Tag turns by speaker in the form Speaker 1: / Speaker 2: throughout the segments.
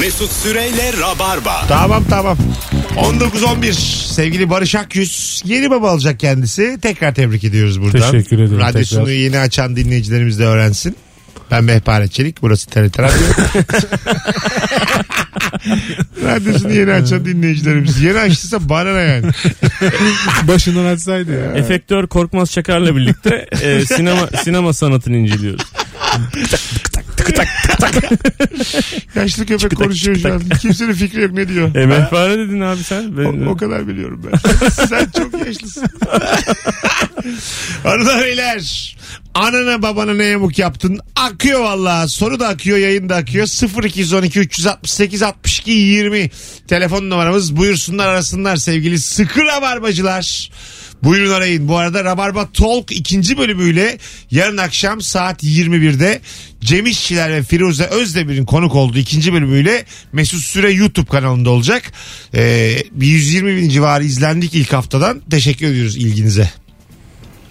Speaker 1: Mesut Süreyle Rabarba.
Speaker 2: Tamam tamam. 19-11 sevgili Barış Akyüz yeni baba alacak kendisi. Tekrar tebrik ediyoruz buradan.
Speaker 3: Teşekkür ederim
Speaker 2: Radyosunu
Speaker 3: tekrar.
Speaker 2: yeni açan dinleyicilerimiz de öğrensin. Ben Mehpare Çelik. Burası TRT Radyo. Radyosunu yeni açan dinleyicilerimiz. Yeni açtıysa bana ne yani?
Speaker 3: Başından açsaydı ya.
Speaker 4: Efektör Korkmaz Çakar'la birlikte e, sinema sinema sanatını inceliyoruz.
Speaker 2: Yaşlı köpek konuşuyor şu an. Kimsenin fikri yok ne diyor.
Speaker 4: E, mehpare dedin abi sen. Ben,
Speaker 2: O, o kadar biliyorum ben. Sen çok yaşlısın. Hanımlar beyler. Anana babana ne yamuk yaptın? Akıyor valla. Soru da akıyor, yayın da akıyor. 0212 368 62 20 telefon numaramız. Buyursunlar arasınlar sevgili sıkı rabarbacılar. Buyurun arayın. Bu arada Rabarba Talk ikinci bölümüyle yarın akşam saat 21'de Cem İşçiler ve Firuze Özdemir'in konuk olduğu ikinci bölümüyle Mesut Süre YouTube kanalında olacak. Ee, bir 120 bin civarı izlendik ilk haftadan. Teşekkür ediyoruz ilginize.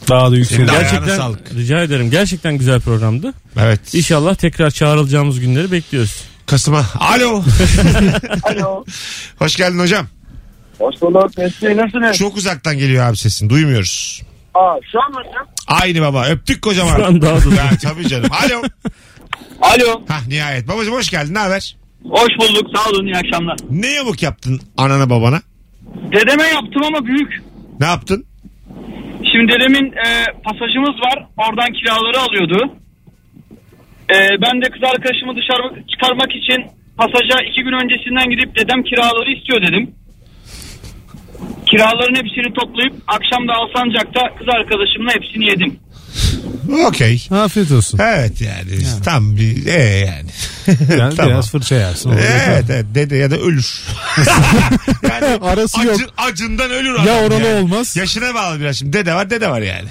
Speaker 3: Daha da yükseldi.
Speaker 2: Ayağına
Speaker 4: gerçekten
Speaker 2: sağlık.
Speaker 4: rica ederim. Gerçekten güzel programdı.
Speaker 2: Evet.
Speaker 4: İnşallah tekrar çağrılacağımız günleri bekliyoruz.
Speaker 2: Kasım'a. Alo.
Speaker 5: Alo.
Speaker 2: Hoş geldin hocam.
Speaker 5: Hoş bulduk. Mesut Bey nasılsınız?
Speaker 2: Çok uzaktan geliyor abi sesin. Duymuyoruz.
Speaker 5: Aa, şu an mı hocam?
Speaker 2: Aynı baba. Öptük kocaman.
Speaker 4: Şu an daha da-
Speaker 2: Ya, tabii canım. Alo.
Speaker 5: Alo.
Speaker 2: Hah nihayet. Babacım hoş geldin. Ne haber?
Speaker 5: Hoş bulduk. Sağ olun. iyi akşamlar.
Speaker 2: Ne yamuk yaptın anana babana?
Speaker 5: Dedeme yaptım ama büyük.
Speaker 2: Ne yaptın?
Speaker 5: Şimdi dedemin e, pasajımız var. Oradan kiraları alıyordu. E, ben de kız arkadaşımı dışarı çıkarmak için pasaja iki gün öncesinden gidip dedem kiraları istiyor dedim. Kiraların hepsini toplayıp akşam da Alsancak'ta kız arkadaşımla hepsini yedim.
Speaker 2: Okey.
Speaker 3: Afiyet olsun.
Speaker 2: Evet yani, tam bir e yani.
Speaker 3: Yani
Speaker 2: Tamam. Ee,
Speaker 3: biraz fırça yersin. Olur.
Speaker 2: Evet, evet dede ya da ölür. yani
Speaker 3: Arası
Speaker 2: acı-
Speaker 3: yok.
Speaker 2: acından ölür adam
Speaker 3: Ya oralı
Speaker 2: yani.
Speaker 3: olmaz.
Speaker 2: Yaşına bağlı biraz şimdi. Dede var dede var yani.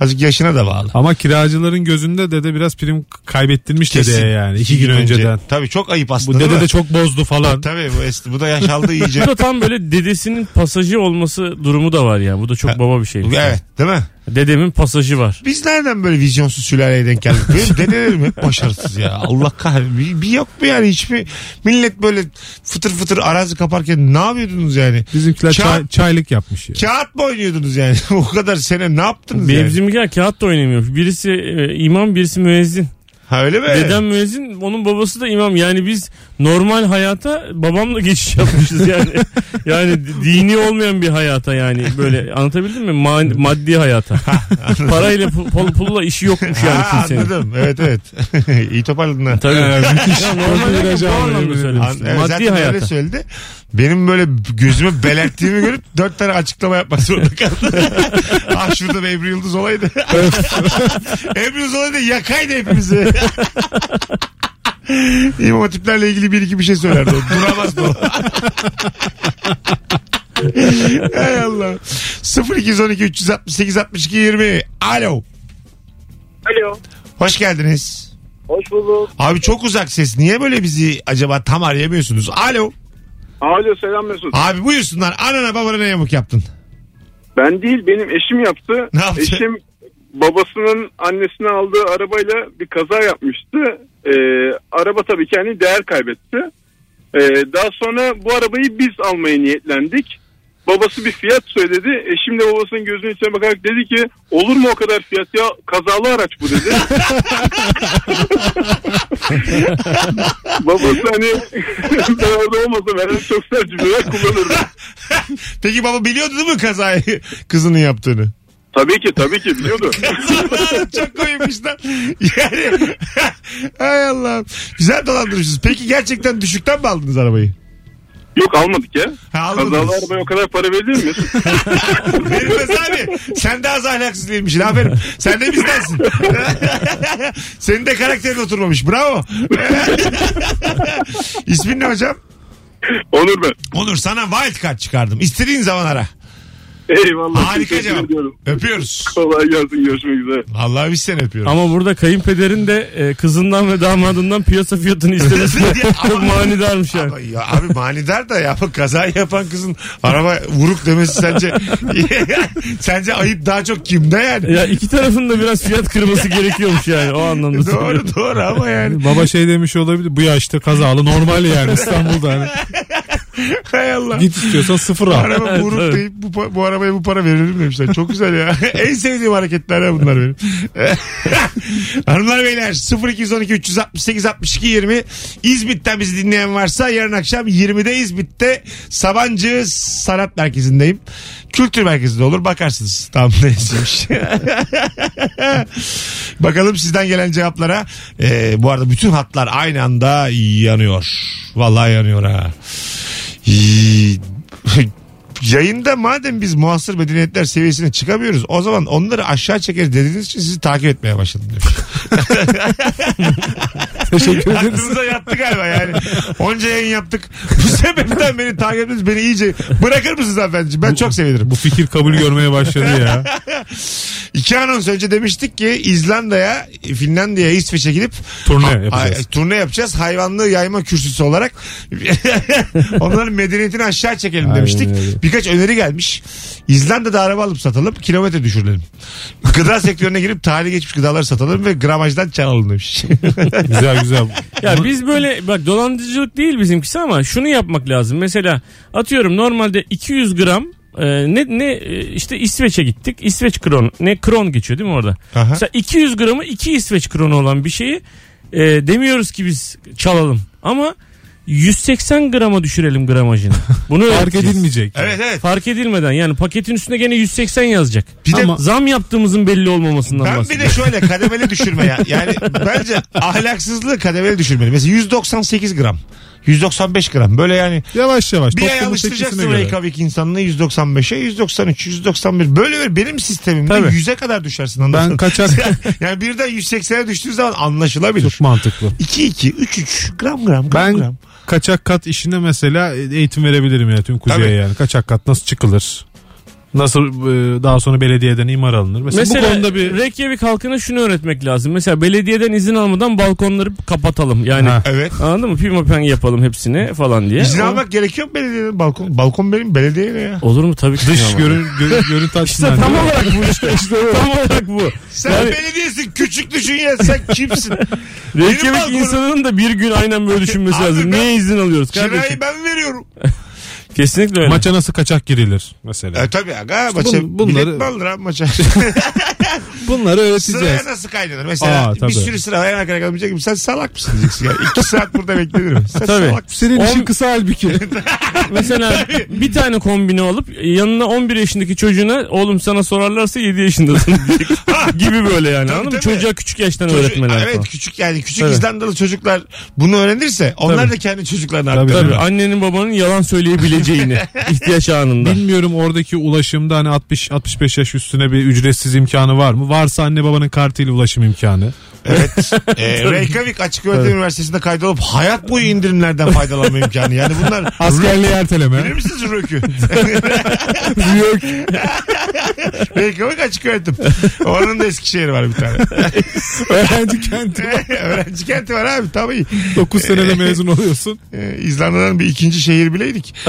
Speaker 2: Azıcık yaşına da bağlı.
Speaker 3: Ama kiracıların gözünde dede biraz prim kaybettirmiş
Speaker 2: Kesin.
Speaker 3: dedeye yani. iki gün
Speaker 2: önce.
Speaker 3: önceden.
Speaker 2: Tabii çok ayıp aslında.
Speaker 3: Bu dede
Speaker 2: değil
Speaker 3: de
Speaker 2: mi?
Speaker 3: çok bozdu falan.
Speaker 2: Tabii bu, es- bu da yaşaldı iyice.
Speaker 4: Bu da tam böyle dedesinin pasajı olması durumu da var ya. Bu da çok baba bir şey.
Speaker 2: evet değil mi?
Speaker 4: Dedemin pasajı var.
Speaker 2: Biz nereden böyle vizyonsuz sülaleye denk geldik? Benim dedelerim hep başarısız ya. Allah kahretsin. Bir, bir yok mu yani hiçbir millet böyle fıtır fıtır arazi kaparken ne yapıyordunuz yani?
Speaker 3: Bizimkiler
Speaker 2: Kağıt-
Speaker 3: çay- çaylık yapmış ya.
Speaker 2: Kağıt mı oynuyordunuz yani? o kadar sene ne yaptınız
Speaker 4: Benim
Speaker 2: yani?
Speaker 4: bizimkiler kağıt da oynamıyor. Birisi e, imam birisi müezzin.
Speaker 2: Ha öyle mi?
Speaker 4: Dedem müezzin onun babası da imam. Yani biz normal hayata babamla geçiş yapmışız yani. yani dini olmayan bir hayata yani böyle anlatabildim mi? Ma- maddi hayata. Parayla pu- pul- pulla işi yokmuş yani
Speaker 2: Ha,
Speaker 4: kimsenin.
Speaker 2: anladım. Evet evet. İyi toparladın ha.
Speaker 4: Tabii. Ya
Speaker 3: Orada
Speaker 4: normal hayat bu
Speaker 3: ilacı almayı
Speaker 4: anlamda
Speaker 3: bilemedim.
Speaker 4: söylemiştim.
Speaker 2: Evet, zaten
Speaker 4: Maddi
Speaker 2: öyle şey-
Speaker 4: hayata.
Speaker 2: söyledi. Benim böyle gözüme belerttiğimi görüp dört tane açıklama yapmak zorunda kaldı. ah şurada bir Ebru Yıldız olaydı. Ebru Yıldız olaydı yakaydı hepimizi. İmam hatiplerle ilgili bir iki bir şey söylerdi. o. Duramazdı o. Hay Allah. 0212 368 62 20. Alo.
Speaker 5: Alo.
Speaker 2: Hoş geldiniz.
Speaker 5: Hoş bulduk.
Speaker 2: Abi çok uzak ses. Niye böyle bizi acaba tam arayamıyorsunuz? Alo.
Speaker 6: Alo selam Mesut.
Speaker 2: Abi buyursunlar. Anana babana ne yamuk yaptın?
Speaker 6: Ben değil benim eşim yaptı.
Speaker 2: Ne yaptı?
Speaker 6: Eşim babasının annesine aldığı arabayla bir kaza yapmıştı. Ee, araba tabii ki hani değer kaybetti. Ee, daha sonra bu arabayı biz almaya niyetlendik. Babası bir fiyat söyledi. Eşim de babasının gözünün içine bakarak dedi ki olur mu o kadar fiyat ya kazalı araç bu dedi. Babası hani ben orada olmasam herhalde çok sert cümleler kullanırdı.
Speaker 2: Peki baba biliyordu değil mi kazayı kızının yaptığını?
Speaker 6: Tabii ki tabii ki biliyordu.
Speaker 2: Çok koymuş lan. Yani. Hay Allah. Güzel dolandırmışsınız. Peki gerçekten düşükten mi aldınız arabayı?
Speaker 6: Yok almadık ya.
Speaker 2: Ha, almadınız.
Speaker 6: Kazalı arabaya o kadar para verilir mi?
Speaker 2: Verilmez abi. Sen de az ahlaksız değilmişsin. Aferin. Sen de bizdensin. Senin de karakterin oturmamış. Bravo. İsmin ne hocam?
Speaker 6: Olur mu?
Speaker 2: Onur sana wild card çıkardım. İstediğin zaman ara.
Speaker 6: Eyvallah.
Speaker 2: Harika
Speaker 6: teşekkür
Speaker 2: cevap.
Speaker 6: ediyorum.
Speaker 2: Öpüyoruz.
Speaker 6: Kolay gelsin görüşmek üzere.
Speaker 2: Vallahi biz seni öpüyoruz.
Speaker 4: Ama burada kayınpederin de e, kızından ve damadından piyasa fiyatını istemesi de çok manidarmış yani.
Speaker 2: Ama ya abi manidar da ya bu kaza yapan kızın araba vuruk demesi sence sence ayıp daha çok kimde yani?
Speaker 4: Ya iki tarafın da biraz fiyat kırması gerekiyormuş yani o anlamda. söylüyorum.
Speaker 2: doğru doğru ama yani
Speaker 3: Baba şey demiş olabilir. Bu yaşta kazalı normal yani İstanbul'da. Hani.
Speaker 2: hay Allah.
Speaker 3: Git istiyorsan sıfır al.
Speaker 2: Araba
Speaker 4: Evet,
Speaker 2: vuruk
Speaker 4: evet.
Speaker 2: deyip bu, pa- bu arabaya bu para verilir mi demişler. Çok güzel ya. en sevdiğim hareketler ya bunlar benim. Hanımlar beyler 0212 368 62 20 İzmit'ten bizi dinleyen varsa yarın akşam 20'de İzmit'te Sabancı Sanat Merkezi'ndeyim. Kültür Merkezi'nde olur bakarsınız. Tam neymiş. Bakalım sizden gelen cevaplara. Ee, bu arada bütün hatlar aynı anda yanıyor. Vallahi yanıyor ha. İyi. Yayında madem biz muhasır medeniyetler seviyesine çıkamıyoruz o zaman onları aşağı çekeriz dediğiniz için sizi takip etmeye başladım demiş.
Speaker 3: Teşekkür ederiz.
Speaker 2: Aklınıza yattı galiba yani. Onca yayın yaptık. Bu sebepten beni takip ettiniz. Beni iyice bırakır mısınız efendim? Ben çok sevinirim.
Speaker 3: Bu fikir kabul görmeye başladı ya.
Speaker 2: İki anons önce demiştik ki İzlanda'ya, Finlandiya'ya, İsveç'e gidip
Speaker 3: Turne
Speaker 2: Ay,
Speaker 3: yapacağız.
Speaker 2: turne yapacağız. Hayvanlığı yayma kürsüsü olarak. Onların medeniyetini aşağı çekelim
Speaker 3: Aynen
Speaker 2: demiştik.
Speaker 3: öyle.
Speaker 2: Birkaç öneri gelmiş. İzlanda'da araba alıp satalım. Kilometre düşürelim. Gıda sektörüne girip tarihi geçmiş gıdaları satalım ve gramajdan çalalım demiş.
Speaker 3: Güzel güzel.
Speaker 4: Ya biz böyle bak dolandırıcılık değil bizimkisi ama şunu yapmak lazım. Mesela atıyorum normalde 200 gram e, ne ne e, işte İsveç'e gittik. İsveç kron ne kron geçiyor değil mi orada?
Speaker 2: Aha.
Speaker 4: Mesela 200 gramı 2 İsveç kronu olan bir şeyi e, demiyoruz ki biz çalalım. Ama 180 grama düşürelim gramajını. Bunu
Speaker 3: Fark
Speaker 4: öğreteceğiz.
Speaker 3: edilmeyecek.
Speaker 2: evet evet.
Speaker 4: Fark edilmeden yani paketin üstüne gene 180 yazacak.
Speaker 2: Bir de-
Speaker 4: Ama zam yaptığımızın belli olmamasından
Speaker 2: Ben bir de
Speaker 4: bahsediyorum.
Speaker 2: şöyle kademeli düşürme ya. Yani bence ahlaksızlığı kademeli düşürmeli. Mesela 198 gram. 195 gram. Böyle yani
Speaker 3: Yavaş yavaş.
Speaker 2: bir ay
Speaker 3: toplumun
Speaker 2: alıştıracaksın
Speaker 3: tepkisine göre.
Speaker 2: Reykjavik insanını 195'e 193 191 böyle ver benim sistemimde
Speaker 3: Tabii.
Speaker 2: 100'e kadar düşersin anladın
Speaker 3: Ben
Speaker 2: mı?
Speaker 3: kaçak
Speaker 2: yani birden 180'e düştüğün zaman anlaşılabilir.
Speaker 3: çok mantıklı.
Speaker 2: 2 2 3 3 gram gram gram
Speaker 3: Ben
Speaker 2: gram.
Speaker 3: kaçak kat işine mesela eğitim verebilirim ya tüm kuzeye
Speaker 2: Tabii.
Speaker 3: yani. Kaçak kat nasıl çıkılır? Nasıl e, daha sonra belediyeden imar alınır? Mesela,
Speaker 4: Mesela
Speaker 3: bu konuda bir
Speaker 4: Reykjavik halkına şunu öğretmek lazım. Mesela belediyeden izin almadan balkonları kapatalım. Yani
Speaker 3: Ha.
Speaker 2: Evet.
Speaker 4: anladın mı? Pimapen yapalım hepsini falan diye.
Speaker 2: İzin
Speaker 4: Ama-
Speaker 2: almak gerekiyor mu belediyenin balkon? Balkon benim belediye ne ya?
Speaker 4: Olur mu? Tabii ki.
Speaker 3: dış
Speaker 4: ama.
Speaker 3: görün, görün, görüntü
Speaker 4: İşte
Speaker 3: açısından.
Speaker 4: tam olarak bu işte. tam olarak bu.
Speaker 2: Sen
Speaker 4: Yani-
Speaker 2: belediyesin küçük düşün ya sen kimsin?
Speaker 4: Reykjavik
Speaker 2: balkonum-
Speaker 4: insanının da bir gün aynen böyle düşünmesi
Speaker 2: Abi
Speaker 4: lazım.
Speaker 2: ben-
Speaker 4: Niye izin alıyoruz kardeşim?
Speaker 2: Kirayı ben veriyorum.
Speaker 4: Kesinlikle öyle.
Speaker 3: Maça nasıl kaçak girilir mesela?
Speaker 2: E tabii aga maça
Speaker 3: bun- bunları-
Speaker 2: bilet mi alınır abi maça?
Speaker 3: Bunları
Speaker 2: Sıraya
Speaker 3: öğreteceğiz.
Speaker 2: nasıl kaynanır? Mesela
Speaker 3: Aa, tabii.
Speaker 2: bir sürü sıra var en arkaya kalmayacak gibi sen salak mısın diyeceksin. Yani iki saat burada beklenirim. Sen
Speaker 4: Tabii.
Speaker 2: salak mısın?
Speaker 3: Senin
Speaker 4: On-
Speaker 3: işin kısa halbuki.
Speaker 4: Mesela bir tane kombine alıp yanına 11 yaşındaki çocuğuna oğlum sana sorarlarsa 7 yaşındasın diyecek. gibi böyle yani
Speaker 2: Tabii,
Speaker 4: anladın mı?
Speaker 2: tabii.
Speaker 4: Çocuğa küçük yaştan
Speaker 2: Çocuğu-
Speaker 4: öğretmeler
Speaker 2: evet
Speaker 4: falan.
Speaker 2: küçük yani küçük
Speaker 4: Tabii.
Speaker 2: İzlandalı çocuklar bunu öğrenirse onlar
Speaker 4: Tabii.
Speaker 2: da kendi çocuklarına
Speaker 3: Tabii,
Speaker 2: aktarırlar.
Speaker 4: Tabii annenin babanın yalan söyleyebileceğini ihtiyaç anında.
Speaker 3: Bilmiyorum oradaki ulaşımda hani 60 65 yaş üstüne bir ücretsiz imkanı var mı? Varsa anne babanın kartıyla ulaşım imkanı.
Speaker 2: Evet. Ee, Reykjavik Açık Öğretim Üniversitesi'nde kaydolup hayat boyu indirimlerden faydalanma imkanı. Yani bunlar
Speaker 3: Askerliği erteleme.
Speaker 2: Bilir misiniz Rök'ü? Reykjavik açık öğretim. Onun da Eskişehir'i var bir tane.
Speaker 3: Öğrenci kenti.
Speaker 2: Öğrenci kenti var abi tabii.
Speaker 3: 9 senede mezun oluyorsun.
Speaker 2: Ee, İzlanda'dan bir ikinci şehir bileydik.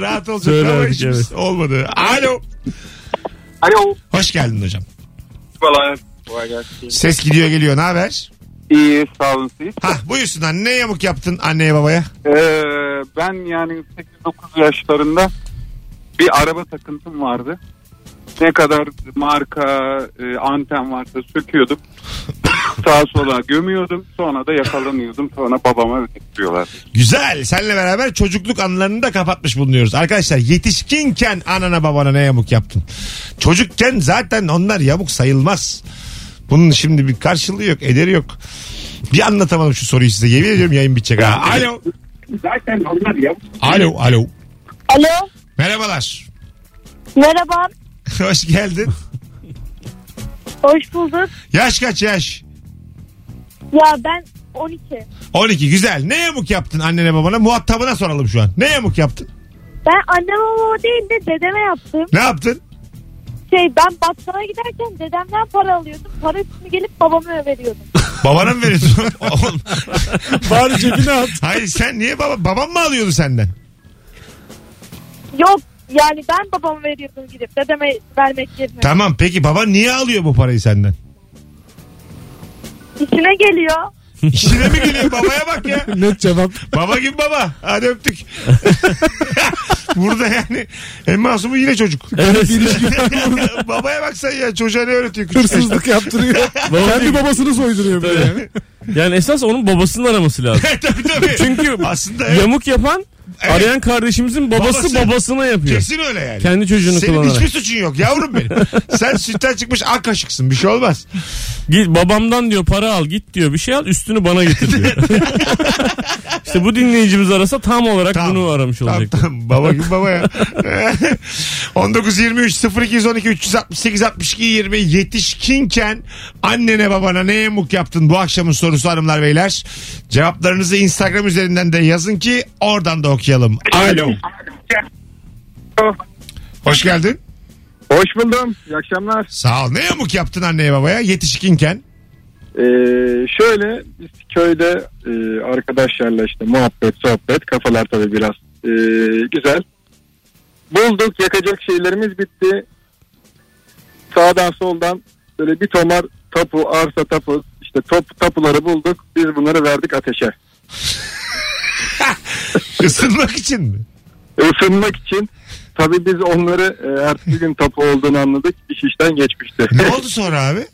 Speaker 2: Rahat olacak ama
Speaker 4: Söylerdik,
Speaker 2: işimiz olmadı. Alo.
Speaker 5: Alo.
Speaker 2: Hoş geldin hocam.
Speaker 5: Kolay. Kolay gelsin.
Speaker 2: Ses gidiyor geliyor. Ne haber?
Speaker 5: İyi sağ olun siz.
Speaker 2: Hah buyursunlar. Ne yamuk yaptın anneye babaya?
Speaker 5: Ee, ben yani 8-9 yaşlarında bir araba takıntım vardı. Ne kadar marka, e, anten varsa söküyordum. Sağa sola gömüyordum. Sonra da yakalanıyordum. Sonra babama ödetiyorlar.
Speaker 2: Güzel. Seninle beraber çocukluk anılarını da kapatmış bulunuyoruz. Arkadaşlar yetişkinken anana babana ne yamuk yaptın? Çocukken zaten onlar yamuk sayılmaz. Bunun şimdi bir karşılığı yok, ederi yok. Bir anlatamadım şu soruyu size. Yemin ediyorum yayın bitecek ha. Alo.
Speaker 5: Zaten onlar ya.
Speaker 2: Alo, alo.
Speaker 7: Alo.
Speaker 2: Merhabalar.
Speaker 7: Merhaba.
Speaker 2: Hoş geldin.
Speaker 7: Hoş bulduk.
Speaker 2: Yaş kaç yaş?
Speaker 7: Ya ben 12.
Speaker 2: 12 güzel. Ne yamuk yaptın annene babana? Muhatabına soralım şu an. Ne yamuk yaptın?
Speaker 7: Ben annem babama değil de dedeme yaptım.
Speaker 2: Ne yaptın?
Speaker 7: Şey ben bakkala giderken dedemden para alıyordum. Parasını gelip babama veriyordum.
Speaker 2: Babana mı veriyorsun? Oğlum,
Speaker 4: Bari cebine at.
Speaker 2: Hayır sen niye baba, babam mı alıyordu senden?
Speaker 7: Yok yani ben babama veriyordum gidip dedeme vermek yerine.
Speaker 2: Tamam peki baba niye alıyor bu parayı senden?
Speaker 7: İşine geliyor.
Speaker 2: İşine mi gülüyor babaya bak ya.
Speaker 3: Net cevap.
Speaker 2: Baba gibi baba. Hadi öptük. Burada yani en masumu yine çocuk.
Speaker 4: Evet.
Speaker 2: babaya bak sen ya çocuğa ne öğretiyor küçük yaşta?
Speaker 3: Hırsızlık yaptırıyor. Kendi babasını soyduruyor böyle yani.
Speaker 4: yani esas onun babasının araması lazım.
Speaker 2: tabii tabii.
Speaker 4: Çünkü
Speaker 2: aslında evet,
Speaker 4: yamuk yapan
Speaker 2: Evet.
Speaker 4: arayan kardeşimizin babası,
Speaker 2: Babası.
Speaker 4: babasına yapıyor.
Speaker 2: kesin öyle yani.
Speaker 4: Kendi çocuğunu
Speaker 2: Senin
Speaker 4: kullanarak.
Speaker 2: hiçbir suçun yok yavrum benim. Sen sütten çıkmış ak kaşıksın bir şey olmaz.
Speaker 4: Git babamdan diyor para al git diyor bir şey al üstünü bana getir diyor. işte bu dinleyicimiz arasa tam olarak
Speaker 2: Tamam.
Speaker 4: bunu aramış
Speaker 2: Tamam
Speaker 4: olacak.
Speaker 2: tamam baba gibi baba ya. 1923 0212 368 62 20 yetişkinken annene babana ne yamuk yaptın bu akşamın sorusu hanımlar beyler. Cevaplarınızı Instagram üzerinden de yazın ki oradan da okuyalım. Alo. Hoş geldin.
Speaker 6: Hoş buldum. İyi akşamlar.
Speaker 2: Sağ ol. Ne yamuk yaptın anneye babaya yetişkinken?
Speaker 6: Ee, şöyle biz köyde e, arkadaşlarla işte muhabbet sohbet kafalar tabii biraz e, güzel. Bulduk yakacak şeylerimiz bitti. Sağdan soldan böyle bir tomar tapu arsa tapu işte top tapuları bulduk. Biz bunları verdik ateşe.
Speaker 2: Isınmak için mi?
Speaker 6: Isınmak E, için tabii biz onları e, ertesi gün tapu olduğunu anladık. İş işten geçmişti.
Speaker 2: Ne oldu sonra abi?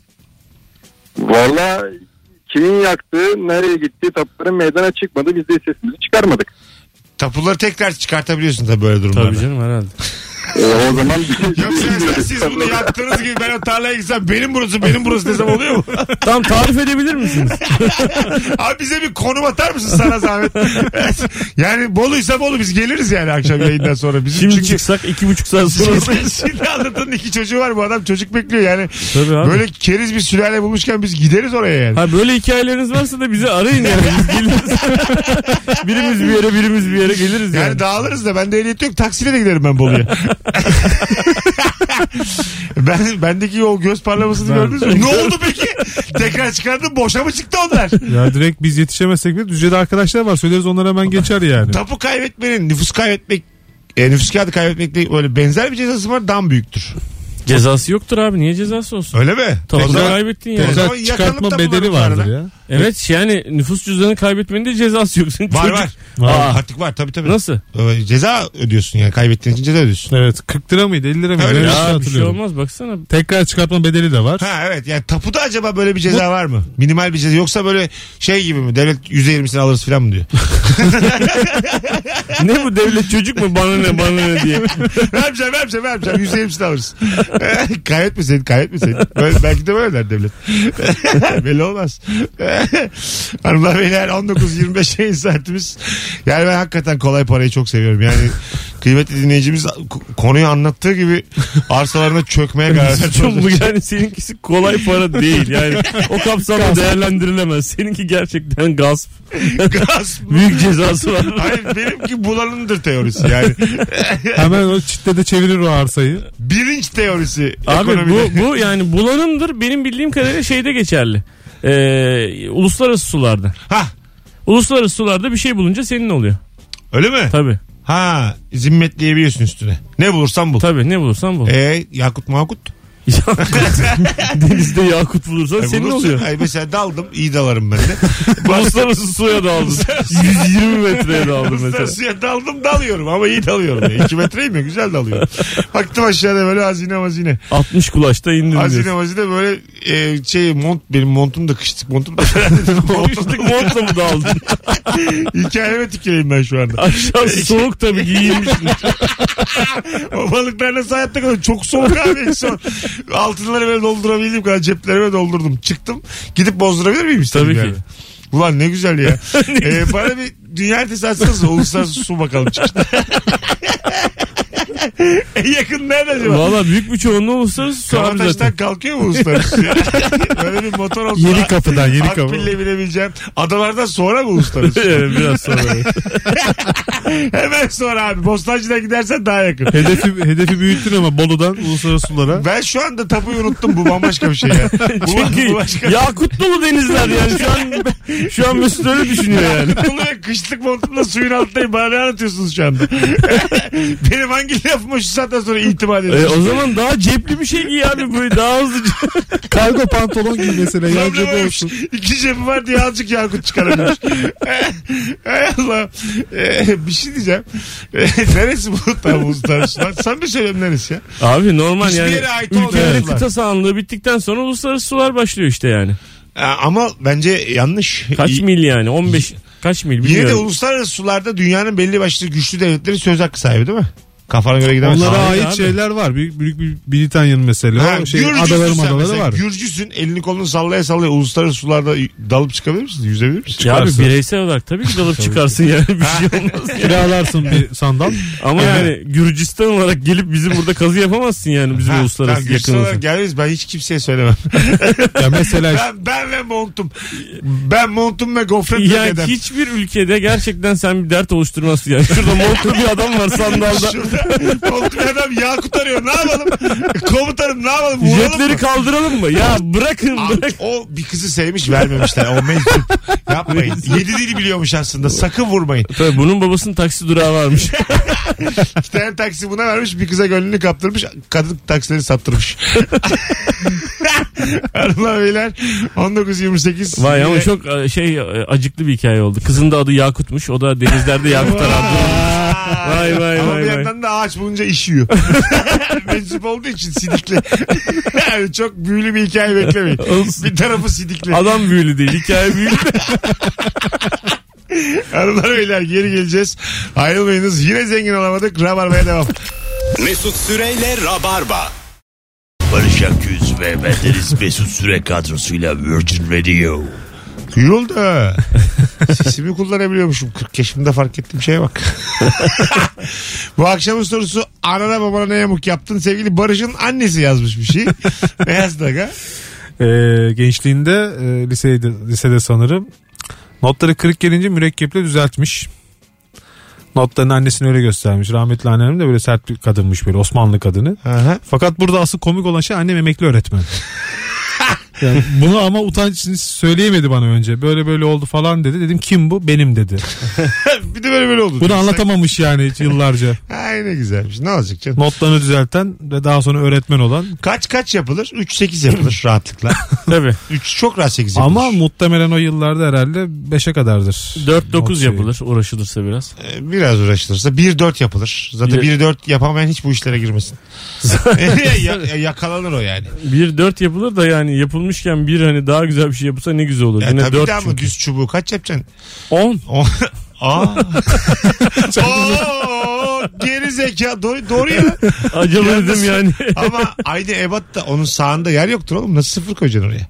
Speaker 6: Valla kimin yaktığı nereye gitti tapuların meydana çıkmadı. Biz de sesimizi çıkarmadık.
Speaker 2: Tapuları tekrar çıkartabiliyorsun tabii böyle durumlarda.
Speaker 4: Tabii canım herhalde.
Speaker 6: Ee, o zaman
Speaker 2: Yoksa sen siz bunu yaptığınız gibi ben o tarlaya gitsem benim burası benim burası desem oluyor mu?
Speaker 4: Tam tarif edebilir misiniz?
Speaker 2: Abi bize bir konum atar mısın sana zahmet? yani Bolu'ysa Bolu biz geliriz yani akşam yayından sonra. Bizim
Speaker 4: Şimdi
Speaker 2: çünkü
Speaker 4: çıksak iki buçuk saat sonra.
Speaker 2: Şimdi anladın iki çocuğu var bu adam çocuk bekliyor yani.
Speaker 4: Tabii abi.
Speaker 2: Böyle keriz bir sülale bulmuşken biz gideriz oraya yani.
Speaker 4: Ha böyle hikayeleriniz varsa da bizi arayın yani. Biz geliriz. birimiz bir yere birimiz bir yere geliriz yani.
Speaker 2: Yani dağılırız da bende ehliyet yok taksiyle de giderim ben Bolu'ya. ben bendeki o göz parlamasını gördünüz mü? Ne oldu peki? Tekrar çıkardım boşa mı çıktı onlar?
Speaker 3: Ya direkt biz yetişemezsek bile Düzce'de arkadaşlar var. Söyleriz onlar hemen geçer yani.
Speaker 2: Tapu kaybetmenin nüfus kaybetmek e, nüfus kağıdı kaybetmekle öyle benzer bir cezası var daha mı büyüktür.
Speaker 4: Cezası yoktur abi niye cezası olsun?
Speaker 2: Öyle mi?
Speaker 4: Tamam
Speaker 2: Peki,
Speaker 4: kaybettin yani.
Speaker 2: O zaman
Speaker 3: Tekrar
Speaker 2: yakalım
Speaker 3: çıkartma
Speaker 2: tapuları
Speaker 3: bedeli
Speaker 2: bu arada.
Speaker 3: vardır ya.
Speaker 4: Evet yani nüfus cüzdanı kaybetmenin de cezası yok. Senin
Speaker 2: Var
Speaker 4: çocuk-
Speaker 2: var.
Speaker 4: Aa.
Speaker 2: Artık var tabii tabii.
Speaker 4: Nasıl?
Speaker 2: Ee, ceza ödüyorsun yani kaybettiğin için ceza ödüyorsun.
Speaker 3: Evet 40 lira mıydı 50 lira mıydı?
Speaker 2: Öyle
Speaker 3: Öyle
Speaker 2: ya,
Speaker 3: bir şey
Speaker 4: Ya bir şey
Speaker 3: hatırlıyorum.
Speaker 4: olmaz baksana.
Speaker 3: Tekrar çıkartma bedeli de var.
Speaker 2: Ha evet yani tapuda acaba böyle bir ceza var mı? Minimal bir ceza yoksa böyle şey gibi mi? Devlet %20'sini alırız falan mı diyor.
Speaker 4: ne bu devlet çocuk mu bana ne bana ne diye.
Speaker 2: vermeyeceğim vermeyeceğim vermeyeceğim %20'sini alırız. kaybetmeseydin kaybetmeseydin. Böyle, belki de böyle der devlet. Belli olmaz. Hanımlar beyler 19-25 yayın saatimiz. Yani ben hakikaten kolay parayı çok seviyorum. Yani kıymetli dinleyicimiz k- konuyu anlattığı gibi arsalarına çökmeye karar
Speaker 4: Suçum bu
Speaker 2: verdi.
Speaker 4: yani seninkisi kolay para değil yani o kapsamda değerlendirilemez. Seninki gerçekten gasp.
Speaker 2: Gaz mı?
Speaker 4: Büyük cezası var.
Speaker 2: Hayır benimki bulanındır teorisi yani.
Speaker 3: Hemen o çitlede çevirir o arsayı.
Speaker 2: Bilinç teorisi.
Speaker 4: Abi
Speaker 2: ekonomide.
Speaker 4: bu, bu yani bulanımdır benim bildiğim kadarıyla şeyde geçerli. Ee, uluslararası sularda.
Speaker 2: Hah,
Speaker 4: Uluslararası sularda bir şey bulunca senin oluyor.
Speaker 2: öyle mi?
Speaker 4: Tabi
Speaker 2: Ha zimmetleyebiliyorsun üstüne. Ne bulursan bul.
Speaker 4: tabi ne bulursan bul.
Speaker 2: Ee, Yakut Makut.
Speaker 4: Denizde yakut bulursan
Speaker 2: Ay,
Speaker 4: senin
Speaker 2: E, bulursun.
Speaker 4: oluyor.
Speaker 2: Ay, mesela daldım iyi dalarım ben de.
Speaker 4: Uluslararası suya daldın. 120 metreye daldın
Speaker 2: Mesela
Speaker 4: mesela.
Speaker 2: suya daldım dalıyorum ama iyi dalıyorum. 2 metreyim ya güzel dalıyorum. Baktım aşağıda böyle hazine hazine.
Speaker 4: 60 kulaşta indin
Speaker 2: Hazine
Speaker 4: diyorsun.
Speaker 2: hazine böyle e, şey mont benim montum da kışlık montum da.
Speaker 4: Konuştuk montla mı daldın?
Speaker 2: Hikayeme tüküreyim ben şu anda.
Speaker 4: Aşağısı soğuk tabii giyinmişsin.
Speaker 2: O balıklar nasıl hayatta kalıyor? Çok soğuk abi. Son. Altınları böyle doldurabildiğim kadar ceplerime doldurdum. Çıktım gidip bozdurabilir miyim istedim
Speaker 4: Tabii ki.
Speaker 2: yani? Ulan ne güzel ya. ee, bana bir dünya tesadüsü uluslararası su bakalım çıktı. en yakın nerede acaba?
Speaker 4: Valla büyük bir çoğunluğu uluslararası su abi zaten.
Speaker 2: Kavataş'tan kalkıyor mu uluslararası ya? Böyle bir motor olsa.
Speaker 3: Yeni kapıdan yeni kapı.
Speaker 2: Akbil'le binebileceğim. Adalardan sonra mı uluslararası?
Speaker 4: evet biraz sonra.
Speaker 2: Hemen sonra abi. Bostancı'dan gidersen daha yakın.
Speaker 3: Hedefi, hedefi büyüttün ama Bolu'dan uluslararası sulara.
Speaker 2: Ben şu anda tapuyu unuttum. Bu bambaşka bir şey ya. Bu, bu başka
Speaker 4: Çünkü Yakutlu denizler yani şu an şu an Mesut öyle düşünüyor yani.
Speaker 2: Bunu ben kışlık montumla suyun altındayım. Bana ne anlatıyorsunuz şu anda? Benim hangi lafıma şu saatten sonra itimat
Speaker 4: E,
Speaker 2: ediyorsunuz?
Speaker 4: o zaman daha cepli bir şey giy abi böyle daha hızlıca.
Speaker 3: Kargo pantolon giy mesela.
Speaker 2: Problem
Speaker 3: Yan cebi
Speaker 2: oymuş.
Speaker 3: olsun.
Speaker 2: İki cebi var diye azıcık yakut çıkarabilir. Hay Allah. Ee, bir şey diyeceğim. Ee, neresi bu tam uluslararası lan? Sen mi söylüyorsun neresi ya?
Speaker 4: Abi normal
Speaker 2: Hiçbir
Speaker 4: yani.
Speaker 2: yere ait
Speaker 4: Ülkelerin
Speaker 2: olmayanlar.
Speaker 4: kıta sahanlığı bittikten sonra uluslararası sular başlıyor işte yani.
Speaker 2: Ee, ama bence yanlış.
Speaker 4: Kaç
Speaker 2: Y-
Speaker 4: mil yani 15 kaç mil
Speaker 2: Yine de
Speaker 4: bilmiyorum.
Speaker 2: uluslararası sularda dünyanın belli başlı güçlü devletleri söz hakkı sahibi değil mi? Kafana göre gidemez.
Speaker 3: Onlara
Speaker 4: Hayır
Speaker 3: ait
Speaker 4: abi.
Speaker 3: şeyler var. Büyük, büyük bir Britanya'nın mesela.
Speaker 2: Ha,
Speaker 3: o şey,
Speaker 2: Gürcüsün
Speaker 3: adaları
Speaker 2: sen
Speaker 3: madaları
Speaker 2: mesela.
Speaker 3: var.
Speaker 2: Gürcüsün elini kolunu sallaya sallaya uluslararası sularda dalıp çıkabilir misin? Yüzebilir misin?
Speaker 4: Ya abi
Speaker 3: çıkarsın.
Speaker 4: bireysel olarak tabii ki dalıp çıkarsın yani bir şey olmaz.
Speaker 3: Kiralarsın bir sandal.
Speaker 4: Ama yani Gürcistan olarak gelip bizim burada kazı yapamazsın yani bizim
Speaker 2: Ha,
Speaker 4: uluslararası
Speaker 2: tamam, Gürcüsün
Speaker 4: yakınımızda.
Speaker 2: olarak gelmeyiz. Ben hiç kimseye söylemem.
Speaker 3: Ya mesela işte
Speaker 2: ben, ben ve montum. Ben montum ve gofretle
Speaker 4: Ya
Speaker 2: dedem.
Speaker 4: hiçbir ülkede gerçekten sen bir dert oluşturmazsın yani. Şurada montlu bir adam var sandalda.
Speaker 2: Şurada montum adam yakut arıyor. Ne yapalım? Komutanım ne yapalım? Vuralım
Speaker 4: Jetleri
Speaker 2: mı?
Speaker 4: kaldıralım mı? Ya bırakın
Speaker 2: Abi,
Speaker 4: bırak.
Speaker 2: o bir kızı sevmiş vermemişler. O mensup. Yapmayın. Yedi dili biliyormuş aslında. Sakın vurmayın.
Speaker 4: Tabii bunun babasının taksi durağı varmış.
Speaker 2: Bir tane taksi buna vermiş. Bir kıza gönlünü kaptırmış. Kadın taksileri saptırmış. Hanımlar beyler 19.28.
Speaker 4: Vay ama
Speaker 2: Yine-
Speaker 4: çok e, şey e, acıklı bir hikaye oldu. Kızın da adı Yakut'muş. O da denizlerde Yakut arandı. Vay, vay,
Speaker 2: Ama
Speaker 4: vay,
Speaker 2: bir
Speaker 4: vay.
Speaker 2: yandan da ağaç bulunca işiyor. Mensup olduğu için sidikli. yani çok büyülü bir hikaye beklemeyin.
Speaker 4: Olsun.
Speaker 2: Bir tarafı sidikli.
Speaker 4: Adam büyülü değil. Hikaye büyülü.
Speaker 2: Hanımlar beyler geri geleceğiz. Ayrılmayınız. Yine zengin olamadık. Rabarbaya devam.
Speaker 1: Mesut Süreyle Rabarba.
Speaker 8: Barış Akgüz ve bendeniz Mesut Süre kadrosuyla Virgin Radio.
Speaker 2: Yolda. Sesimi kullanabiliyormuşum. 40 yaşımda fark ettiğim şeye bak. Bu akşamın sorusu anana babana ne yamuk yaptın? Sevgili Barış'ın annesi yazmış bir şey. Beyaz Daga.
Speaker 3: e, gençliğinde e, liseydi, lisede sanırım notları kırık gelince mürekkeple düzeltmiş. Notlarını annesine öyle göstermiş. Rahmetli annem de böyle sert bir kadınmış böyle Osmanlı kadını.
Speaker 2: Aha.
Speaker 3: Fakat burada asıl komik olan şey annem emekli öğretmen. Yani bunu ama utanç için söyleyemedi bana önce. Böyle böyle oldu falan dedi. Dedim kim bu? Benim dedi.
Speaker 2: bir de böyle böyle oldu.
Speaker 3: Bunu anlatamamış yani hiç yıllarca.
Speaker 2: Ay ne güzelmiş. Ne olacak canım?
Speaker 3: Notlarını düzelten ve daha sonra öğretmen olan.
Speaker 2: Kaç kaç yapılır? 3-8 yapılır rahatlıkla.
Speaker 4: Tabii.
Speaker 2: 3 çok rahat 8 yapılır.
Speaker 3: Ama muhtemelen o yıllarda herhalde 5'e kadardır. Not
Speaker 4: 4-9
Speaker 3: şeyi.
Speaker 4: yapılır uğraşılırsa biraz.
Speaker 2: Ee, biraz uğraşılırsa 1-4 yapılır. Zaten
Speaker 4: Bir-
Speaker 2: 1-4 yapamayan hiç bu işlere girmesin. Ya- ya- yakalanır o yani.
Speaker 4: 1-4 yapılır da yani yapılmışken bir hani daha güzel bir şey yapılsa ne güzel olur.
Speaker 2: Ya
Speaker 4: Yine
Speaker 2: tabii
Speaker 4: 4
Speaker 2: de ama
Speaker 4: çünkü.
Speaker 2: düz çubuğu kaç yapacaksın?
Speaker 4: 10.
Speaker 2: O- Aa. Oo, geri zeka doğru, doğru ya.
Speaker 4: Acaba dedim yani.
Speaker 2: Ama aynı ebat da onun sağında yer yoktur oğlum. Nasıl sıfır koyacaksın oraya?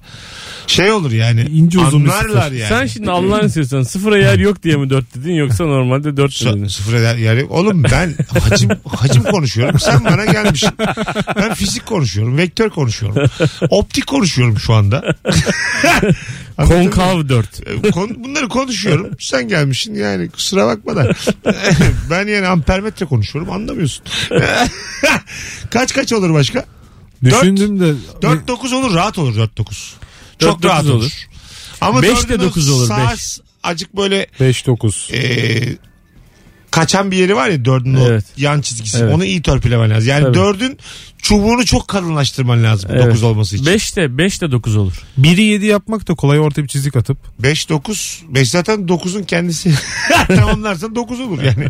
Speaker 2: Şey olur yani.
Speaker 3: İnce uzun bir sıfır.
Speaker 2: anlarlar yani.
Speaker 4: Sen şimdi Allah'ını istiyorsan sıfıra yer yok diye mi 4 dedin yoksa normalde 4
Speaker 2: Su-
Speaker 4: dedin.
Speaker 2: sıfır eder yer yok. Oğlum ben hacim, hacim konuşuyorum. Sen bana gelmişsin. Ben fizik konuşuyorum. Vektör konuşuyorum. Optik konuşuyorum şu anda. Anladın mı?
Speaker 4: Konkav 4.
Speaker 2: E, kon- bunları konuşuyorum. Sen gelmişsin yani kusura bakma da. ben yani ampermetre konuşuyorum anlamıyorsun. kaç kaç olur başka?
Speaker 3: Düşündüm de
Speaker 2: 4-9 olur rahat olur 4-9.
Speaker 4: Dört
Speaker 2: Çok
Speaker 4: dokuz
Speaker 2: rahat olur.
Speaker 4: olur.
Speaker 2: Ama
Speaker 4: Beş de
Speaker 2: dördünün
Speaker 4: dokuz olur,
Speaker 2: sağ
Speaker 4: beş.
Speaker 2: Acık böyle
Speaker 3: 5-9.
Speaker 2: e, kaçan bir yeri var ya dördün o
Speaker 4: Evet.
Speaker 2: yan çizgisi.
Speaker 4: Evet.
Speaker 2: Onu iyi törpülemen lazım. Yani
Speaker 4: Tabii.
Speaker 2: dördün çubuğunu çok kalınlaştırman lazım
Speaker 4: Evet.
Speaker 2: 9 olması için.
Speaker 4: 5 de 5 de 9 olur.
Speaker 3: 1'i 7 yapmak da kolay orta bir çizik atıp.
Speaker 2: 5 9 5 zaten 9'un kendisi. Tamamlarsan 9 olur yani.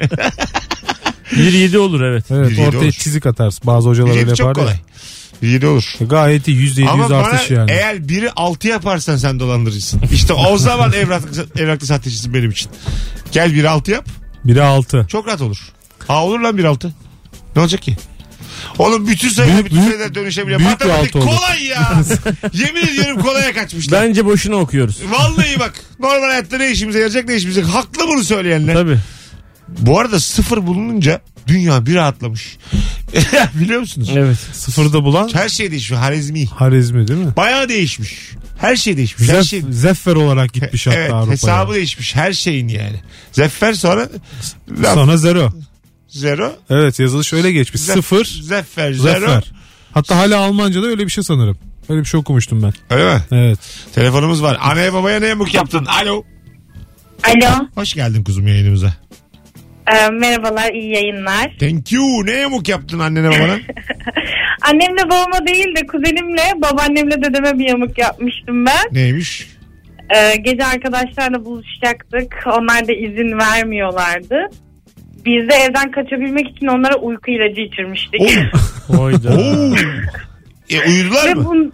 Speaker 4: 1 7 olur evet.
Speaker 2: Bir
Speaker 3: Evet,
Speaker 2: yedi
Speaker 3: ortaya
Speaker 2: olur.
Speaker 3: çizik atarsın. Bazı hocalar öyle
Speaker 2: Biri
Speaker 3: yapar.
Speaker 2: çok
Speaker 3: ya. E,
Speaker 2: kolay. Biri de olur.
Speaker 3: Gayet iyi %700
Speaker 2: Ama bana
Speaker 3: artış yani.
Speaker 2: eğer biri 6 yaparsan sen dolandırıcısın. İşte o zaman evraklı, evraklı sahtecisin benim için. Gel biri 6 yap.
Speaker 3: 1'e 6.
Speaker 2: Çok rahat olur. Ha olur lan 1-6. Ne olacak ki? Oğlum bütün sayılar
Speaker 3: Büyük-
Speaker 2: bütün
Speaker 3: büyük-
Speaker 2: sayılar dönüşebiliyor.
Speaker 3: büyük bir
Speaker 2: Matematik
Speaker 3: altı olur.
Speaker 2: kolay ya. Yemin ediyorum kolaya kaçmışlar.
Speaker 4: Bence boşuna okuyoruz.
Speaker 2: Vallahi bak normal hayatta ne işimize yarayacak ne işimize Haklı bunu söyleyenler.
Speaker 4: Tabii.
Speaker 2: Bu arada sıfır bulununca dünya bir rahatlamış. Biliyor musunuz?
Speaker 4: Evet.
Speaker 3: Sıfırda bulan
Speaker 2: Her şey değişmiş. Harizmi.
Speaker 3: Harizmi değil mi?
Speaker 2: Bayağı değişmiş. Her şey değişmiş. Her
Speaker 3: Zef,
Speaker 2: şey
Speaker 3: Zeffer olarak gitmiş hatta
Speaker 2: Evet
Speaker 3: Avrupa'ya.
Speaker 2: hesabı değişmiş her şeyin yani. Zeffer sonra Laf,
Speaker 3: Sonra zero.
Speaker 2: zero.
Speaker 3: Evet yazılış öyle geçmiş.
Speaker 2: Zef-
Speaker 3: Sıfır,
Speaker 2: Zeffer zero.
Speaker 3: Zeffer. Hatta hala Almanca'da öyle bir şey sanırım. Öyle bir şey okumuştum ben.
Speaker 2: Öyle mi?
Speaker 3: Evet.
Speaker 2: Telefonumuz var. Anaya babaya ne yamuk yaptın? Alo.
Speaker 9: Alo.
Speaker 2: Hoş geldin kuzum yayınımıza.
Speaker 9: Ee, merhabalar, iyi yayınlar.
Speaker 2: Thank you. Ne yamuk yaptın annene babana?
Speaker 9: Annemle babama değil de kuzenimle, babaannemle dedeme bir yamuk yapmıştım ben.
Speaker 2: Neymiş?
Speaker 9: Ee, gece arkadaşlarla buluşacaktık. Onlar da izin vermiyorlardı. Biz de evden kaçabilmek için onlara uyku ilacı içirmiştik.
Speaker 2: Oğlum.
Speaker 4: Oyda.
Speaker 2: Oo. E, uyudular
Speaker 9: Ve
Speaker 2: mı?
Speaker 9: bun-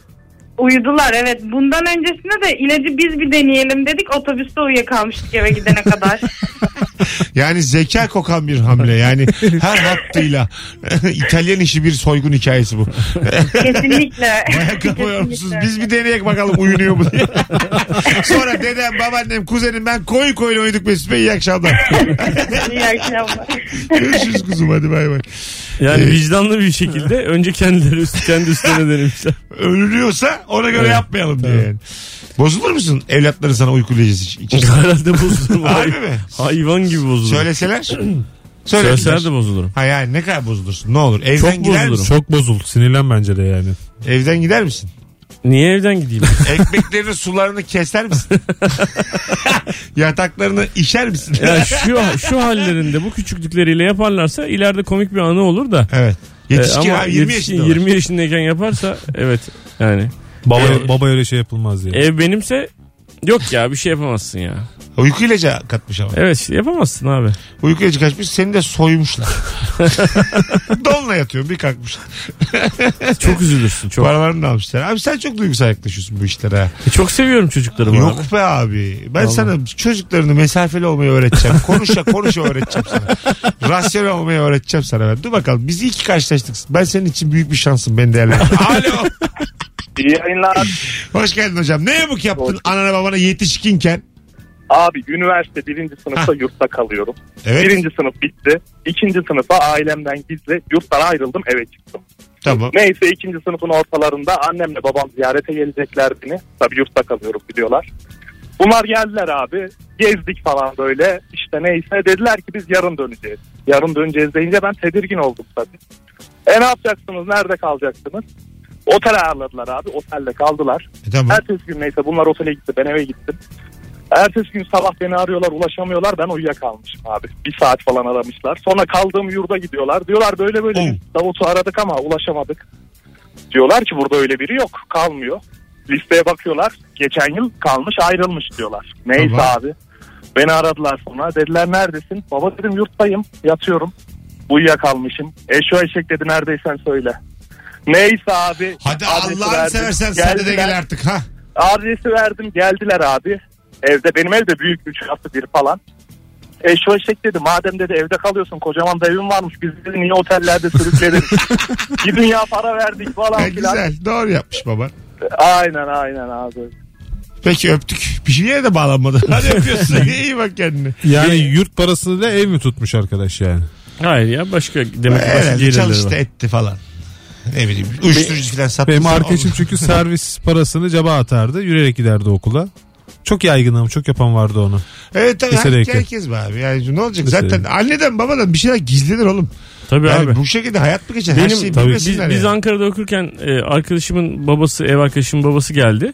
Speaker 9: uyudular evet. Bundan öncesinde de ilacı biz bir deneyelim dedik. Otobüste uyuyakalmıştık eve gidene kadar.
Speaker 2: Yani zeka kokan bir hamle. Yani her hattıyla. İtalyan işi bir soygun hikayesi bu.
Speaker 9: Kesinlikle.
Speaker 2: Baya kafa yormuşsunuz.
Speaker 9: Kesinlikle.
Speaker 2: Biz bir deneyek bakalım uyunuyor mu diye. Sonra dedem, babaannem, kuzenim ben koyu koyun uyuduk Mesut Bey. iyi akşamlar.
Speaker 9: İyi akşamlar.
Speaker 2: Görüşürüz kuzum hadi bay bay.
Speaker 4: Yani vicdanlı bir şekilde önce kendileri üst, kendi üstlerine denemişler.
Speaker 2: Ölülüyorsa ona göre yapmayalım diye. yani. Bozulur musun evlatların sana uyku ilacı için?
Speaker 4: Herhalde bozulurum.
Speaker 2: Harbi mi?
Speaker 4: Hayvan gibi bozulurum.
Speaker 2: Söyleseler.
Speaker 4: Söyleseler
Speaker 2: Söyleseler
Speaker 4: de bozulurum.
Speaker 2: Ha yani ne kadar bozulursun ne olur. Evden
Speaker 4: Çok
Speaker 2: gider
Speaker 4: bozulurum.
Speaker 2: misin?
Speaker 3: Çok bozul. Sinirlen bence de yani.
Speaker 2: Evden gider misin?
Speaker 4: Niye evden gideyim?
Speaker 2: Ekmeklerinin sularını keser misin? Yataklarını işer misin?
Speaker 4: Ya şu şu hallerinde bu küçüklükleriyle yaparlarsa ileride komik bir anı olur da.
Speaker 2: evet.
Speaker 4: Ee,
Speaker 2: Yetişkin
Speaker 4: ama
Speaker 2: abi 20
Speaker 4: yetişkin,
Speaker 2: yaşında.
Speaker 4: 20 yaşındayken yaparsa evet yani.
Speaker 3: Baba,
Speaker 4: Evet.
Speaker 3: baba öyle şey yapılmaz diye.
Speaker 4: Ev benimse yok ya bir şey yapamazsın ya.
Speaker 2: Uyku ilacı katmış ama.
Speaker 4: Evet işte yapamazsın abi.
Speaker 2: Uyku ilacı kaçmış seni de soymuşlar. Donla yatıyorsun bir kalkmışlar.
Speaker 4: Çok üzülürsün çok.
Speaker 2: Paralarını da almışlar. Abi sen çok duygusal yaklaşıyorsun bu işlere. ha.
Speaker 4: E, Çok seviyorum çocuklarımı abi.
Speaker 2: Yok be abi. Ben sana çocuklarını mesafeli olmayı öğreteceğim. Konuşa konuşa öğreteceğim sana. Rasyonel olmayı öğreteceğim sana ben. Dur bakalım. Biz iyi ki karşılaştık. Ben senin için büyük bir şansım. Beni değerlendir. Alo.
Speaker 5: İyi yayınlar.
Speaker 2: Hoş geldin hocam. Ne yamuk yaptın anana babana yetişkinken?
Speaker 5: Abi üniversite birinci
Speaker 2: Ha.
Speaker 5: sınıfta yurtta kalıyorum.
Speaker 2: Evet.
Speaker 5: Birinci sınıf bitti. İkinci sınıfa ailemden gizli yurttan ayrıldım eve çıktım.
Speaker 2: Tamam.
Speaker 5: Neyse ikinci sınıfın ortalarında annemle babam ziyarete gelecekler beni. Tabii yurtta kalıyoruz biliyorlar. Bunlar geldiler abi. Gezdik falan böyle. İşte neyse dediler ki biz yarın döneceğiz. Yarın döneceğiz deyince ben tedirgin oldum tabii. E ne yapacaksınız? Nerede kalacaksınız? Otel ayarladılar abi. Otelde kaldılar.
Speaker 2: E, tamam.
Speaker 5: Ertesi gün neyse bunlar otele gitti. Ben eve gittim. Ertesi gün sabah beni arıyorlar ulaşamıyorlar ben uyuyakalmışım abi. Bir saat falan aramışlar. Sonra kaldığım yurda gidiyorlar. Diyorlar böyle böyle
Speaker 6: Hmm.
Speaker 2: Oo.
Speaker 5: biz Davut'u aradık ama ulaşamadık. Diyorlar ki burada öyle biri yok kalmıyor. Listeye bakıyorlar geçen yıl kalmış ayrılmış diyorlar. Neyse
Speaker 2: Tamam.
Speaker 5: abi beni aradılar sonra dediler neredesin? Baba dedim yurttayım yatıyorum uyuyakalmışım. E şu eşek dedi neredeysen söyle. Neyse abi.
Speaker 2: Hadi
Speaker 5: adresi
Speaker 2: Allah'ını
Speaker 5: verdim.
Speaker 2: seversen sen de, de
Speaker 5: Geldiler.
Speaker 2: gel artık ha.
Speaker 5: Adresi verdim geldiler abi. Evde benim evde büyük 3 artı bir falan. E şu eşek dedi madem dedi evde kalıyorsun kocaman da evin varmış biz dedi niye otellerde sürükledin. bir dünya para verdik
Speaker 2: E,
Speaker 5: falan filan.
Speaker 2: güzel. Doğru yapmış baba.
Speaker 5: Aynen aynen abi.
Speaker 2: Peki öptük. Bir şeye de bağlanmadı. Hadi öpüyorsun. İyi bak kendine.
Speaker 3: Yani yurt parasıyla ev mi tutmuş arkadaş yani?
Speaker 4: Hayır ya başka demek ki başka
Speaker 2: Herhalde
Speaker 4: gelirleri
Speaker 2: çalıştı
Speaker 4: var.
Speaker 2: etti falan. Ne bileyim uyuşturucu falan sattı.
Speaker 3: Benim arkadaşım çünkü servis parasını cebe atardı. Yürüyerek giderdi okula. Çok yaygın ama çok yapan vardı onu.
Speaker 2: Evet tabii herkes,
Speaker 3: lisedeyken.
Speaker 2: herkes be abi. Yani ne olacak
Speaker 3: Lisedeyken.
Speaker 2: zaten anneden babadan bir şeyler gizlenir oğlum.
Speaker 4: Tabii
Speaker 2: Yani
Speaker 4: abi.
Speaker 2: bu şekilde hayat mı geçer? Her
Speaker 4: Benim
Speaker 2: şeyi
Speaker 3: tabii.
Speaker 4: biz,
Speaker 2: bilmesinler
Speaker 4: biz
Speaker 2: yani.
Speaker 4: Ankara'da okurken e, arkadaşımın babası ev arkadaşımın babası geldi.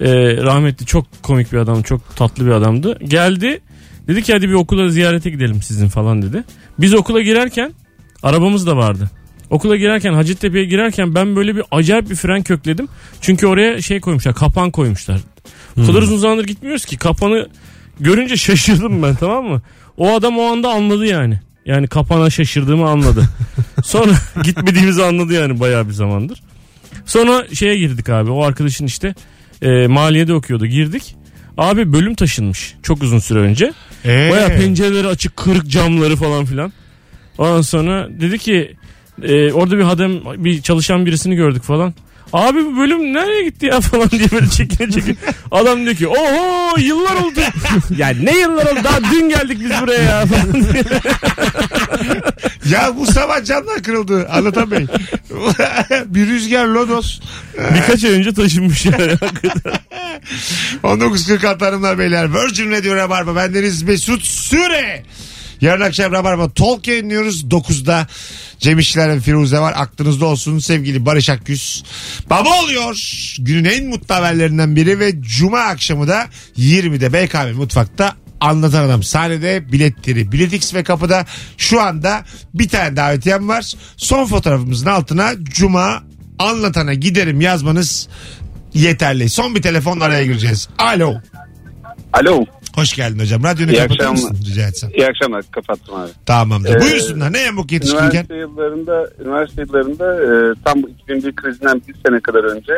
Speaker 4: E, rahmetli çok komik bir adam çok tatlı bir adamdı. Geldi dedi ki hadi bir okula ziyarete gidelim sizin falan dedi. Biz okula girerken arabamız da vardı. Okula girerken Hacettepe'ye girerken ben böyle bir acayip bir fren kökledim. Çünkü oraya şey koymuşlar kapan koymuşlar. O
Speaker 2: Hmm.
Speaker 4: kadar uzun zamandır gitmiyoruz ki kapanı görünce şaşırdım ben tamam mı? O adam o anda anladı yani. Yani kapana şaşırdığımı anladı. Sonra gitmediğimizi anladı yani bayağı bir zamandır. Sonra şeye girdik abi. O arkadaşın işte e, maliyede okuyordu. Girdik. Abi bölüm taşınmış çok uzun süre önce.
Speaker 2: Ee,
Speaker 4: Baya pencereleri açık kırık camları falan filan. Ondan sonra dedi ki e, orada bir adam bir çalışan birisini gördük falan. Abi bu bölüm nereye gitti ya falan diye böyle çekine çekine. Adam diyor ki oho yıllar oldu. ya ne yıllar oldu daha dün geldik biz buraya ya falan.
Speaker 2: Ya bu sabah camlar kırıldı Anlatan Bey. bir rüzgar lodos.
Speaker 4: Birkaç ay önce taşınmış yani.
Speaker 2: 19.46 hanımlar beyler. Virgin Radio Rabarba. Bendeniz Mesut Süre. Yarın akşam Rabarba Talk yayınlıyoruz. 9'da Cem İşçiler ve Firuze var. Aklınızda olsun sevgili Barış Akgüz. Baba oluyor. Günün en mutlu haberlerinden biri ve Cuma akşamı da 20'de BKM Mutfak'ta Anlatan Adam sahnede biletleri Biletix ve kapıda şu anda bir tane davetiyem var. Son fotoğrafımızın altına Cuma anlatana giderim yazmanız yeterli. Son bir telefonla araya gireceğiz. Alo.
Speaker 6: Alo.
Speaker 2: Hoş geldin hocam. Radyonu
Speaker 6: İyi
Speaker 2: kapatır
Speaker 6: akşamlar.
Speaker 2: mısın rica etsem?
Speaker 6: İyi akşamlar. Kapattım abi.
Speaker 2: Tamamdır.
Speaker 6: Ee,
Speaker 2: Buyursunlar. Ne yamuk yetişkinken?
Speaker 6: Üniversite yıllarında, üniversite yıllarında e, tam bu 2001 krizinden bir sene kadar önce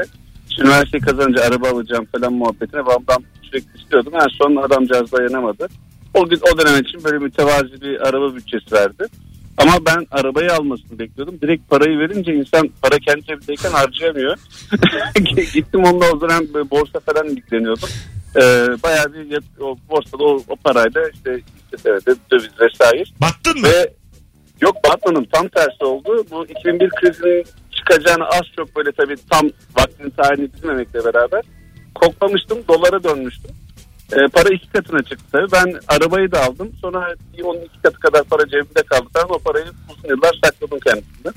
Speaker 6: işte üniversiteyi kazanınca araba alacağım falan muhabbetine babamdan sürekli istiyordum. En son adamcağız dayanamadı. O gün o dönem için böyle mütevazi bir araba bütçesi verdi. Ama ben arabayı almasını bekliyordum. Direkt parayı verince insan para kendi cebindeyken harcayamıyor. Gittim onunla o dönem böyle borsa falan ilgileniyordum. Ee, bayağı bir yat- o borsada o, o parayla işte, işte döviz vesaire
Speaker 2: Battın mı?
Speaker 6: ve yok batmadım tam tersi oldu. Bu 2001 krizinin çıkacağını az çok böyle tabii tam vaktini tarihini bilmemekle beraber koklamıştım dolara dönmüştüm. Ee, para iki katına çıktı tabii. Ben arabayı da aldım. Sonra bir onun iki katı kadar para cebimde kaldı. Ben o parayı uzun yıllar sakladım kendimden.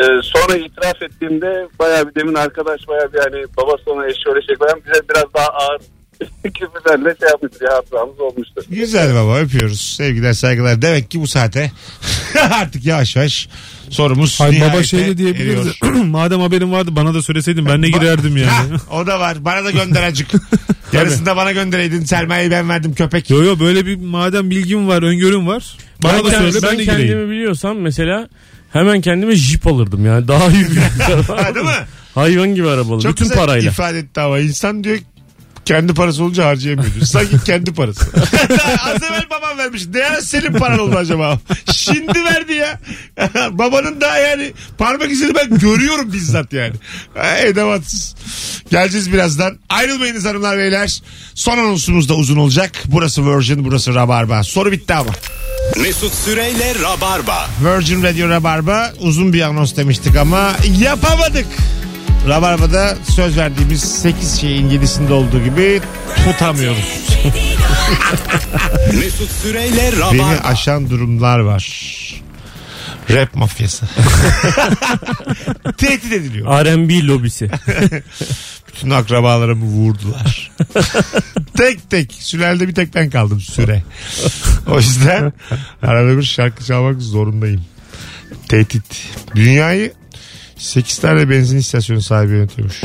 Speaker 6: Ee, sonra itiraf ettiğimde bayağı bir demin arkadaş bayağı bir hani babası ona eşi öyle şey koyan bize biraz daha ağır küfürlerle şey yapmıştı. Bir hatıramız olmuştu.
Speaker 2: Güzel baba öpüyoruz. Sevgiler saygılar. Demek ki bu saate artık yavaş yavaş sorumuz
Speaker 3: Hayır, baba
Speaker 2: nihayete
Speaker 3: şey de diyebilirdi.
Speaker 2: eriyor.
Speaker 3: Madem haberim vardı bana da söyleseydin ben de girerdim
Speaker 2: Ha,
Speaker 3: yani.
Speaker 2: o da var. Bana da gönder acık. Yarısını da bana göndereydin. Sermayeyi ben verdim köpek.
Speaker 3: Yo yo böyle bir madem bilgim var öngörüm var bana
Speaker 4: ben
Speaker 3: da
Speaker 4: kend-
Speaker 3: söyle ben,
Speaker 4: ben
Speaker 3: de
Speaker 4: kendimi
Speaker 3: gireyim.
Speaker 4: biliyorsam mesela hemen kendime jip alırdım yani. Daha iyi
Speaker 2: Ha, değil
Speaker 4: bir
Speaker 2: mi?
Speaker 4: Hayvan gibi arabalı.
Speaker 2: Çok
Speaker 4: Bütün
Speaker 2: güzel
Speaker 4: parayla.
Speaker 2: ifade etti ama insan diyor kendi parası olunca harcayamıyor. diyor. Sanki kendi parası. Az evvel babam vermiş. Ne ara senin paran oldu acaba? Şimdi verdi ya. Babanın daha yani parmak izini ben görüyorum bizzat yani. Ha, Edematsız. Geleceğiz birazdan. Ayrılmayınız hanımlar beyler. Son anonsumuz da uzun olacak. Burası Virgin, burası Rabarba. Soru bitti ama.
Speaker 1: Mesut Süreyle Rabarba.
Speaker 2: Virgin Radio Rabarba uzun bir anons demiştik ama yapamadık. Rabarba'da söz verdiğimiz 8 şeyin 7'sinde olduğu gibi tutamıyoruz.
Speaker 1: Mesut Süreyle
Speaker 2: Beni
Speaker 1: Rabarba.
Speaker 2: aşan durumlar var. Rap mafyası. Tehdit ediliyor.
Speaker 4: R&B lobisi.
Speaker 2: Bütün akrabalarımı vurdular. tek tek. Sülalede bir tek ben kaldım süre. O yüzden arada bir şarkı çalmak zorundayım. Tehdit. Dünyayı 8 tane benzin istasyonu sahibi yönetiyormuş.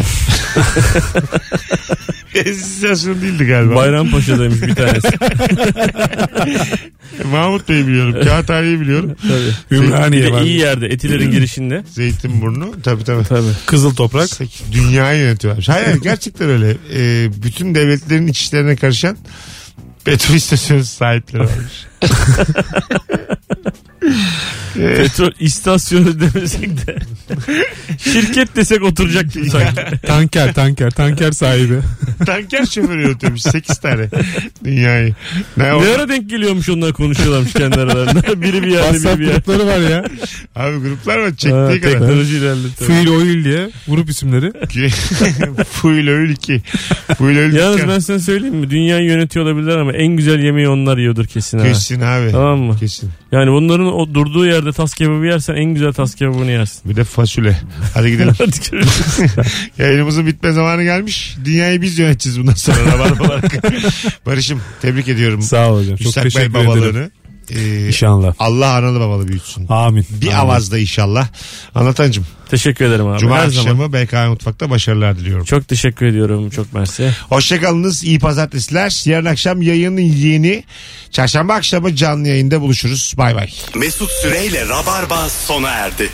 Speaker 2: benzin istasyonu değildi galiba.
Speaker 4: Bayrampaşa'daymış bir tanesi.
Speaker 2: E, Mahmut Bey'i biliyorum. Kağıthaniye'yi biliyorum.
Speaker 4: Bir
Speaker 3: Ümraniye
Speaker 4: de
Speaker 3: var.
Speaker 4: iyi yerde. Etilerin girişinde.
Speaker 2: Zeytinburnu. Tabii tabii.
Speaker 4: Tabii.
Speaker 3: Kızıl toprak.
Speaker 2: Sekiz- Dünyayı yönetiyorlarmış. Hayır hayır, gerçekten öyle. Ee, bütün devletlerin iç işlerine karışan petrol istasyonu sahipleri varmış.
Speaker 4: Petrol istasyonu demesek de. Şirket desek oturacak gibi sanki.
Speaker 3: tanker tanker tanker sahibi.
Speaker 2: Tanker şoförü yönetiyormuş 8 tane dünyayı. Ne o?
Speaker 4: Ne ara denk geliyormuş onlar konuşuyorlarmış kendi aralarında. Biri bir yerde
Speaker 3: WhatsApp
Speaker 4: biri bir yerde.
Speaker 3: grupları var ya.
Speaker 2: Abi gruplar var
Speaker 4: Ha,
Speaker 2: çektiği kadar.
Speaker 4: teknoloji ilerledi. tabii.
Speaker 3: Fuel Oil diye grup isimleri.
Speaker 2: Full öyle ki. Full öyle
Speaker 4: Yalnız
Speaker 2: ki.
Speaker 4: ben sana söyleyeyim mi? Dünyayı yönetiyor olabilirler ama en güzel yemeği onlar yiyordur kesin ha.
Speaker 2: Kesin abi.
Speaker 4: Tamam mı?
Speaker 2: Kesin.
Speaker 4: Yani bunların o durduğu yerde tas kebabı yersen en güzel tas kebabını yersin.
Speaker 2: Bir de fasulye. Hadi gidelim.
Speaker 4: Hadi görüşürüz.
Speaker 2: Yayınımızın bitme zamanı gelmiş. Dünyayı biz yöneteceğiz bundan sonra. Rabarba olarak. Barış'ım tebrik ediyorum.
Speaker 3: Sağ ol hocam. Çok
Speaker 2: Müstakbel
Speaker 3: teşekkür ederim.
Speaker 2: babalığını. Ee,
Speaker 3: İnşallah.
Speaker 2: Allah analı babalı büyütsün.
Speaker 3: Amin.
Speaker 2: Bir
Speaker 3: Amin.
Speaker 2: avazda inşallah. Anlatancım.
Speaker 4: teşekkür ederim abi.
Speaker 2: Cuma
Speaker 4: Her zaman.
Speaker 2: akşamı BKM Mutfak'ta başarılar diliyorum.
Speaker 4: Çok teşekkür ediyorum. Çok mersi.
Speaker 2: Hoşçakalınız. iyi pazartesiler. Yarın akşam yayının yeni. Çarşamba akşamı canlı yayında buluşuruz. Bay bay.
Speaker 1: Mesut Süreyle Rabarba sona erdi.